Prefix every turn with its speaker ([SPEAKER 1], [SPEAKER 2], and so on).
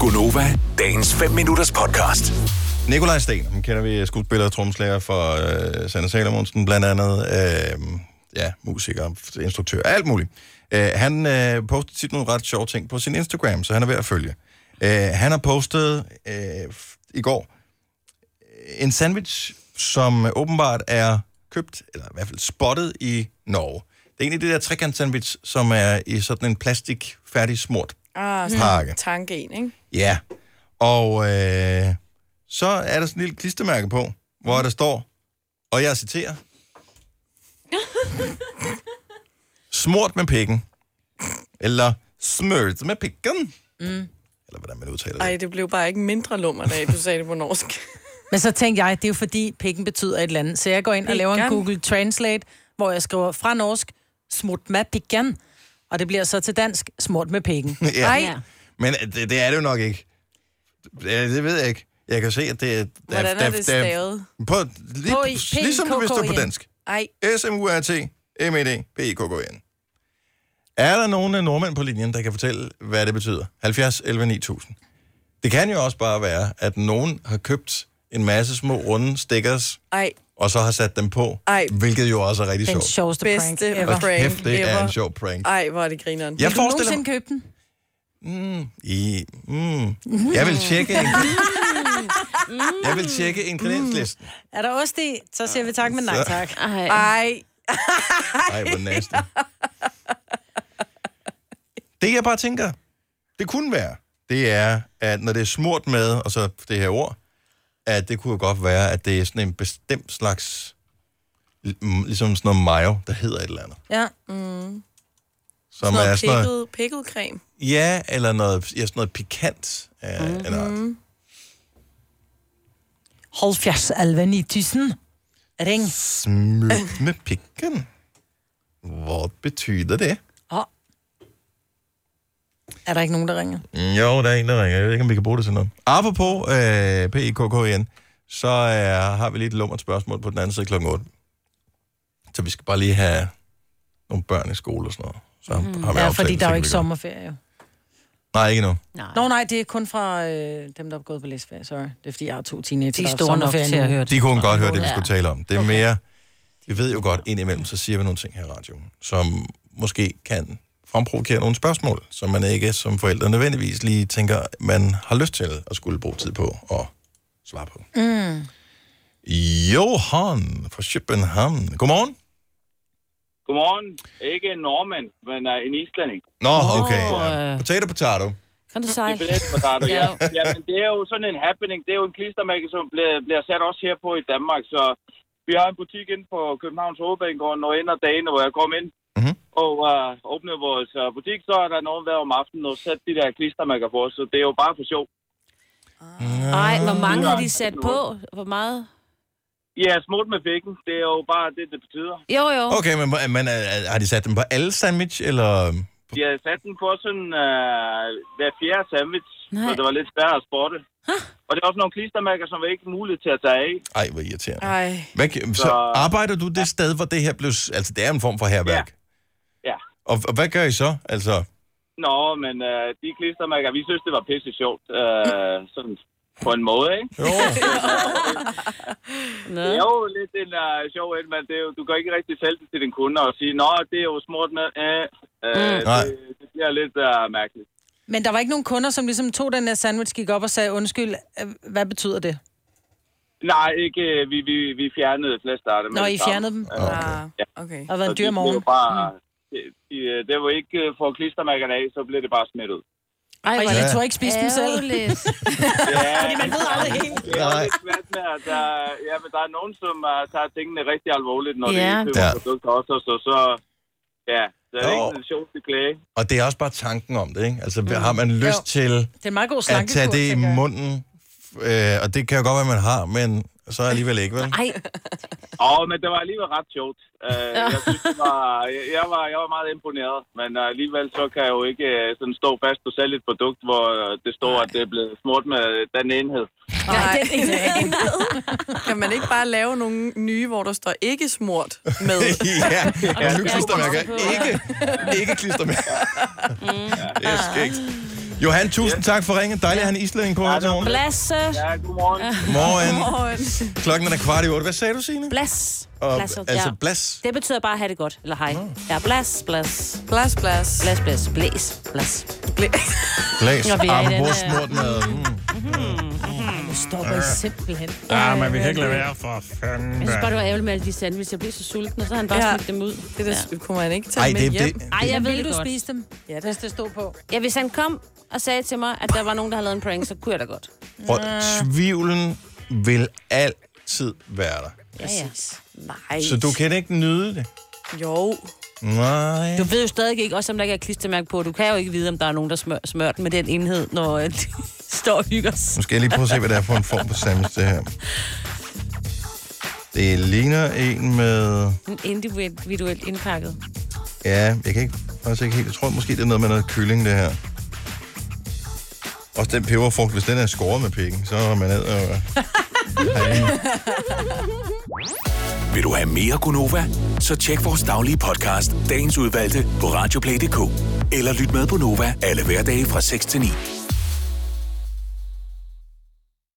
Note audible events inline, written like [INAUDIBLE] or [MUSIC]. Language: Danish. [SPEAKER 1] Gunova, dagens 5 minutters podcast.
[SPEAKER 2] Nikolaj Sten, ham kender vi skuespiller og tromslæger for øh, Sander Salomonsen, blandt andet øh, ja, musiker, instruktør, alt muligt. Øh, han øh, postede tit nogle ret sjove ting på sin Instagram, så han er ved at følge. Øh, han har postet øh, f- i går en sandwich, som åbenbart er købt, eller i hvert fald spottet i Norge. Det er egentlig det der trekant sandwich, som er i sådan en plastik færdig smurt
[SPEAKER 3] Ah, sådan
[SPEAKER 2] pakke.
[SPEAKER 3] en tanke en, ikke?
[SPEAKER 2] Ja. Og øh, så er der sådan en lille klistermærke på, hvor der står, og jeg citerer, smurt med pikken, eller smørt med pikken, mm. eller hvordan man udtaler det.
[SPEAKER 3] Ej, det blev bare ikke mindre lummer, da du sagde det på norsk.
[SPEAKER 4] Men så tænkte jeg, det er jo fordi, pikken betyder et eller andet. Så jeg går ind og laver en
[SPEAKER 3] Pikken.
[SPEAKER 4] Google Translate, hvor jeg skriver fra norsk, smurt med pikken. Og det bliver så til dansk, smurt med
[SPEAKER 2] [LAUGHS]
[SPEAKER 4] pikken.
[SPEAKER 2] Ja.
[SPEAKER 4] Ej.
[SPEAKER 2] Men øh, det, det er det jo nok ikke. Det, det ved jeg ikke. Jeg kan se, at det er... Der,
[SPEAKER 3] Hvordan er det stavet?
[SPEAKER 2] På, lige,
[SPEAKER 4] H
[SPEAKER 2] på,
[SPEAKER 4] I P K K
[SPEAKER 2] ligesom det vil stå på
[SPEAKER 4] N.
[SPEAKER 2] dansk.
[SPEAKER 3] [LAUGHS] Ej,
[SPEAKER 2] S-M-U-R-T, M-E-D, P-I-K-K-N. E Er der nogen af nordmænd på linjen, der kan fortælle, hvad det betyder? 70 11 9000. Det kan jo også bare være, at nogen har købt en masse små runde stickers,
[SPEAKER 3] ej,
[SPEAKER 2] og så har sat dem på,
[SPEAKER 3] Ej.
[SPEAKER 2] hvilket jo også er rigtig
[SPEAKER 4] Den
[SPEAKER 2] sjovt.
[SPEAKER 4] sjoveste prank
[SPEAKER 3] bedste
[SPEAKER 4] ever.
[SPEAKER 2] Og
[SPEAKER 3] prank
[SPEAKER 2] kæft, det er
[SPEAKER 3] ever.
[SPEAKER 2] en sjov prank.
[SPEAKER 3] ej, hvor er det grineren.
[SPEAKER 2] Jeg
[SPEAKER 4] Vil du
[SPEAKER 2] forestiller
[SPEAKER 4] nogensinde
[SPEAKER 2] mig...
[SPEAKER 4] købe den?
[SPEAKER 2] I, mm, jeg vil tjekke en... Jeg vil tjekke ingredienslisten.
[SPEAKER 4] Er der ost i? Så siger vi tak, men nej
[SPEAKER 2] Så-
[SPEAKER 4] tak.
[SPEAKER 5] Ej.
[SPEAKER 3] Ej,
[SPEAKER 2] Ej, hvor nasty. Det jeg bare tænker, det kunne være, det er, at når det er smurt med, og så det her ord, at det kunne jo godt være, at det er sådan en bestemt slags, mm, ligesom sådan noget mayo, der hedder et eller andet.
[SPEAKER 4] Ja.
[SPEAKER 2] Som
[SPEAKER 3] noget
[SPEAKER 2] er sådan noget,
[SPEAKER 3] pikket, pikket creme.
[SPEAKER 2] ja, eller noget, ja, sådan noget pikant. Af, mm-hmm. eller,
[SPEAKER 4] Holfjerds alven i tysen. Ring.
[SPEAKER 2] smurt med pikken. Hvad betyder det?
[SPEAKER 4] Åh. Er der ikke nogen, der ringer?
[SPEAKER 2] Jo, der er en, der ringer. Jeg ved ikke, om vi kan bruge det til noget. Apropos øh, PIKKN, så øh, har vi lige et lummert spørgsmål på den anden side klokken 8. Så vi skal bare lige have nogle børn i skole og sådan noget. Så mm. har vi
[SPEAKER 4] Mhm. Ja,
[SPEAKER 2] aftalt,
[SPEAKER 4] fordi
[SPEAKER 2] så
[SPEAKER 4] der er jo
[SPEAKER 2] kan
[SPEAKER 4] ikke
[SPEAKER 2] vi gøre.
[SPEAKER 4] sommerferie. jo.
[SPEAKER 2] Nej, ikke nu.
[SPEAKER 5] Nej.
[SPEAKER 4] Nå nej, det er kun fra øh, dem, der er gået på læsferie. Sorry. Det er fordi, jeg har to teenager,
[SPEAKER 5] De
[SPEAKER 4] der
[SPEAKER 5] er
[SPEAKER 4] har
[SPEAKER 5] store nok
[SPEAKER 4] sommerferie
[SPEAKER 5] til
[SPEAKER 4] nu.
[SPEAKER 5] at høre
[SPEAKER 2] De
[SPEAKER 5] det.
[SPEAKER 2] kunne godt høre det, vi
[SPEAKER 5] Ja.
[SPEAKER 2] skulle tale om. Det er mere... Vi ved jo godt, indimellem, så siger vi nogle ting her i radioen, som måske kan fremprovokere nogle spørgsmål, som man ikke som forældre nødvendigvis lige tænker, man har lyst til at skulle bruge tid på at svare på. Mm. Johan fra København. Godmorgen.
[SPEAKER 6] Godmorgen. Ikke en nordmand, men uh, en islænding.
[SPEAKER 2] Nå, okay. Ja.
[SPEAKER 5] øh.
[SPEAKER 2] Potato, potato.
[SPEAKER 5] Kan du
[SPEAKER 6] Det
[SPEAKER 5] sejle?
[SPEAKER 6] er billet for dig, du.
[SPEAKER 5] [LAUGHS] Ja.
[SPEAKER 6] ja. ja. men det er jo sådan en happening. Det er jo en klistermærke, som bliver, bliver sat også her på i Danmark. Så vi har en butik inde på Københavns Hovedbanegård, når ender dagen, hvor jeg kom ind
[SPEAKER 2] Mhm.
[SPEAKER 6] og uh, åbnede vores uh, butik, så er der nogen hver om aftenen og sat de der klistermærker på os. Så det er jo bare for sjov.
[SPEAKER 5] Ej, hvor mange har de sat på? Hvor meget?
[SPEAKER 6] Ja, smut med pikken. Det er jo bare det, det betyder.
[SPEAKER 5] Jo, jo.
[SPEAKER 2] Okay, men, hvor- men øh, har de sat dem på alle sandwich, eller...
[SPEAKER 6] De har sat den på sådan øh, hver fjerde sandwich,
[SPEAKER 5] Nej.
[SPEAKER 6] så det var lidt svært at spotte. Og det er også nogle klistermærker, som ikke er mulige til at tage af.
[SPEAKER 2] Ej, hvor irriterende.
[SPEAKER 3] Ej,
[SPEAKER 2] Hvad, så, så
[SPEAKER 6] Så-
[SPEAKER 2] arbejder du det sted, hvor det her blev... s- Altså, det er en form for herværk.
[SPEAKER 6] Ja.
[SPEAKER 2] Og, og hvad gør I så? Altså,
[SPEAKER 6] Nå, men øh, de klistermærker, vi synes, det var pisse sjovt. Øh,
[SPEAKER 4] Mm.
[SPEAKER 6] sådan på en måde, ikke?
[SPEAKER 2] jo.
[SPEAKER 5] Nå.
[SPEAKER 6] Det er jo lidt en uh, sjov end, men det er jo, du kan ikke rigtig sælge det til dine kunder og sige, nå, det er jo smurt med. Øh,
[SPEAKER 4] Mm.
[SPEAKER 6] øh,
[SPEAKER 2] Nej.
[SPEAKER 6] det, det bliver lidt uh, mærkeligt.
[SPEAKER 4] Men der var ikke nogen kunder, som ligesom tog den der sandwich, gik op og sagde, undskyld, øh, hvad betyder det?
[SPEAKER 6] Nej, ikke. øh, Vi, vi, vi fjernede flastarter.
[SPEAKER 4] Når I fjernede dem, og
[SPEAKER 3] ah, okay.
[SPEAKER 4] har været en dyr
[SPEAKER 6] Det
[SPEAKER 4] morgen. Mm.
[SPEAKER 6] var bare... Det, det, det var ikke øh, for klistermærkerne af, så blev det bare smidt ud.
[SPEAKER 5] Ej,
[SPEAKER 4] Og
[SPEAKER 5] hvor
[SPEAKER 4] I
[SPEAKER 5] er det
[SPEAKER 4] tog ikke spise den selv.
[SPEAKER 5] ærgerligt.
[SPEAKER 6] Ja,
[SPEAKER 4] Man ved aldrig
[SPEAKER 2] [LAUGHS]
[SPEAKER 4] helt.
[SPEAKER 6] det er jo lidt svært med, at der, ja, men der er nogen, som uh, tager tingene rigtig alvorligt, når
[SPEAKER 5] Ja.
[SPEAKER 6] de køber
[SPEAKER 2] Ja.
[SPEAKER 6] ja. produkter også, og så, så ja, så er det
[SPEAKER 2] Jo.
[SPEAKER 6] ikke den sjoveste klage.
[SPEAKER 2] [LAUGHS] Og det er også bare tanken om det, ikke? Altså, mm. har man lyst jo.
[SPEAKER 4] Jo.
[SPEAKER 2] til
[SPEAKER 4] Det er en meget god
[SPEAKER 2] at
[SPEAKER 4] slankekur,
[SPEAKER 2] tage det i
[SPEAKER 4] tænker jeg.
[SPEAKER 2] munden? F- Øh, og det kan jo godt være, man har, men så alligevel ikke, vel?
[SPEAKER 5] Ej,
[SPEAKER 6] Åh, men det var alligevel ret sjovt. Uh, jeg, synes, det var, jeg, jeg, var, jeg var meget imponeret, men øh, alligevel så kan jeg jo ikke øh, sådan stå fast på selv et produkt, hvor øh, det står, at det er blevet smurt med den enhed.
[SPEAKER 3] Nej,
[SPEAKER 5] det er
[SPEAKER 3] [LAUGHS] kan man ikke bare lave nogle nye, hvor der står ikke smurt
[SPEAKER 2] [LAUGHS]
[SPEAKER 3] med?
[SPEAKER 2] [LAUGHS]
[SPEAKER 3] [LAUGHS]
[SPEAKER 2] ja, og nye
[SPEAKER 5] Ja,
[SPEAKER 2] klistermærker.
[SPEAKER 5] det kommer
[SPEAKER 2] [LAUGHS] Ikke, ikke klistermærker. Det er skægt. Johan, tusind tak for ringen. Dejligt, at han islænding på her til morgen.
[SPEAKER 5] Blasse. Ja, godmorgen.
[SPEAKER 6] [LAUGHS]
[SPEAKER 2] Morgen. Klokken er kvart i otte. Hvad sagde du, Signe?
[SPEAKER 5] Blas.
[SPEAKER 2] Og,
[SPEAKER 5] Blas,
[SPEAKER 2] altså, Mm.
[SPEAKER 5] ja.
[SPEAKER 2] blas.
[SPEAKER 5] Det betyder bare, at have det godt. Eller hej. Ja, blas, blas.
[SPEAKER 3] Blas, blas.
[SPEAKER 5] Blas, blas, blæs, blas.
[SPEAKER 2] Blæs. Ah,
[SPEAKER 5] Når vi er i
[SPEAKER 2] Apropos
[SPEAKER 5] den, øh,
[SPEAKER 2] smurt mad. Mm.
[SPEAKER 4] Nu stopper I simpelthen.
[SPEAKER 7] Ja, men vi kan ikke lade være for fanden.
[SPEAKER 5] Jeg synes bare, det var ærgerligt med alle de sandwich. Jeg blev så sulten, og så har han bare
[SPEAKER 3] Ja.
[SPEAKER 5] ja. smidt dem ud.
[SPEAKER 3] Det
[SPEAKER 5] ja.
[SPEAKER 3] der, kunne man ikke tage
[SPEAKER 2] Ej,
[SPEAKER 3] med
[SPEAKER 2] det,
[SPEAKER 3] hjem.
[SPEAKER 2] det,
[SPEAKER 5] Ej, jeg ved
[SPEAKER 4] Vil
[SPEAKER 5] det
[SPEAKER 4] du
[SPEAKER 5] godt.
[SPEAKER 4] spise dem? Ja, hvis det stod på.
[SPEAKER 5] Ja, hvis han kom og sagde til mig, at der var nogen, der havde lavet en prank, så kunne jeg da godt.
[SPEAKER 2] prøv, tvivlen vil altid være der.
[SPEAKER 5] Ja, ja.
[SPEAKER 3] Nej.
[SPEAKER 2] Så du kan ikke nyde det.
[SPEAKER 3] Jo.
[SPEAKER 2] Nej.
[SPEAKER 5] Du ved jo stadig ikke, også om der ikke er klistermærke på. Du kan jo ikke vide, om der er nogen, der smør, smør den med den enhed, når øh, [LAUGHS] de står og hygger sig.
[SPEAKER 2] Nu skal jeg lige prøve at se, hvad det er for en form for sandwich, det her. Det ligner en med...
[SPEAKER 5] En Individuelt indpakket.
[SPEAKER 2] Ja, jeg kan ikke, faktisk ikke helt... Jeg tror måske, det er noget med noget kylling, det her. Også den peberfrugt, hvis den er skåret med pikken, så er man ned og...
[SPEAKER 1] Vil du have mere Gunova? Så tjek vores daglige podcast, dagens udvalgte, på radioplay.dk. Eller lyt med på Nova alle hverdage fra 6 til 9.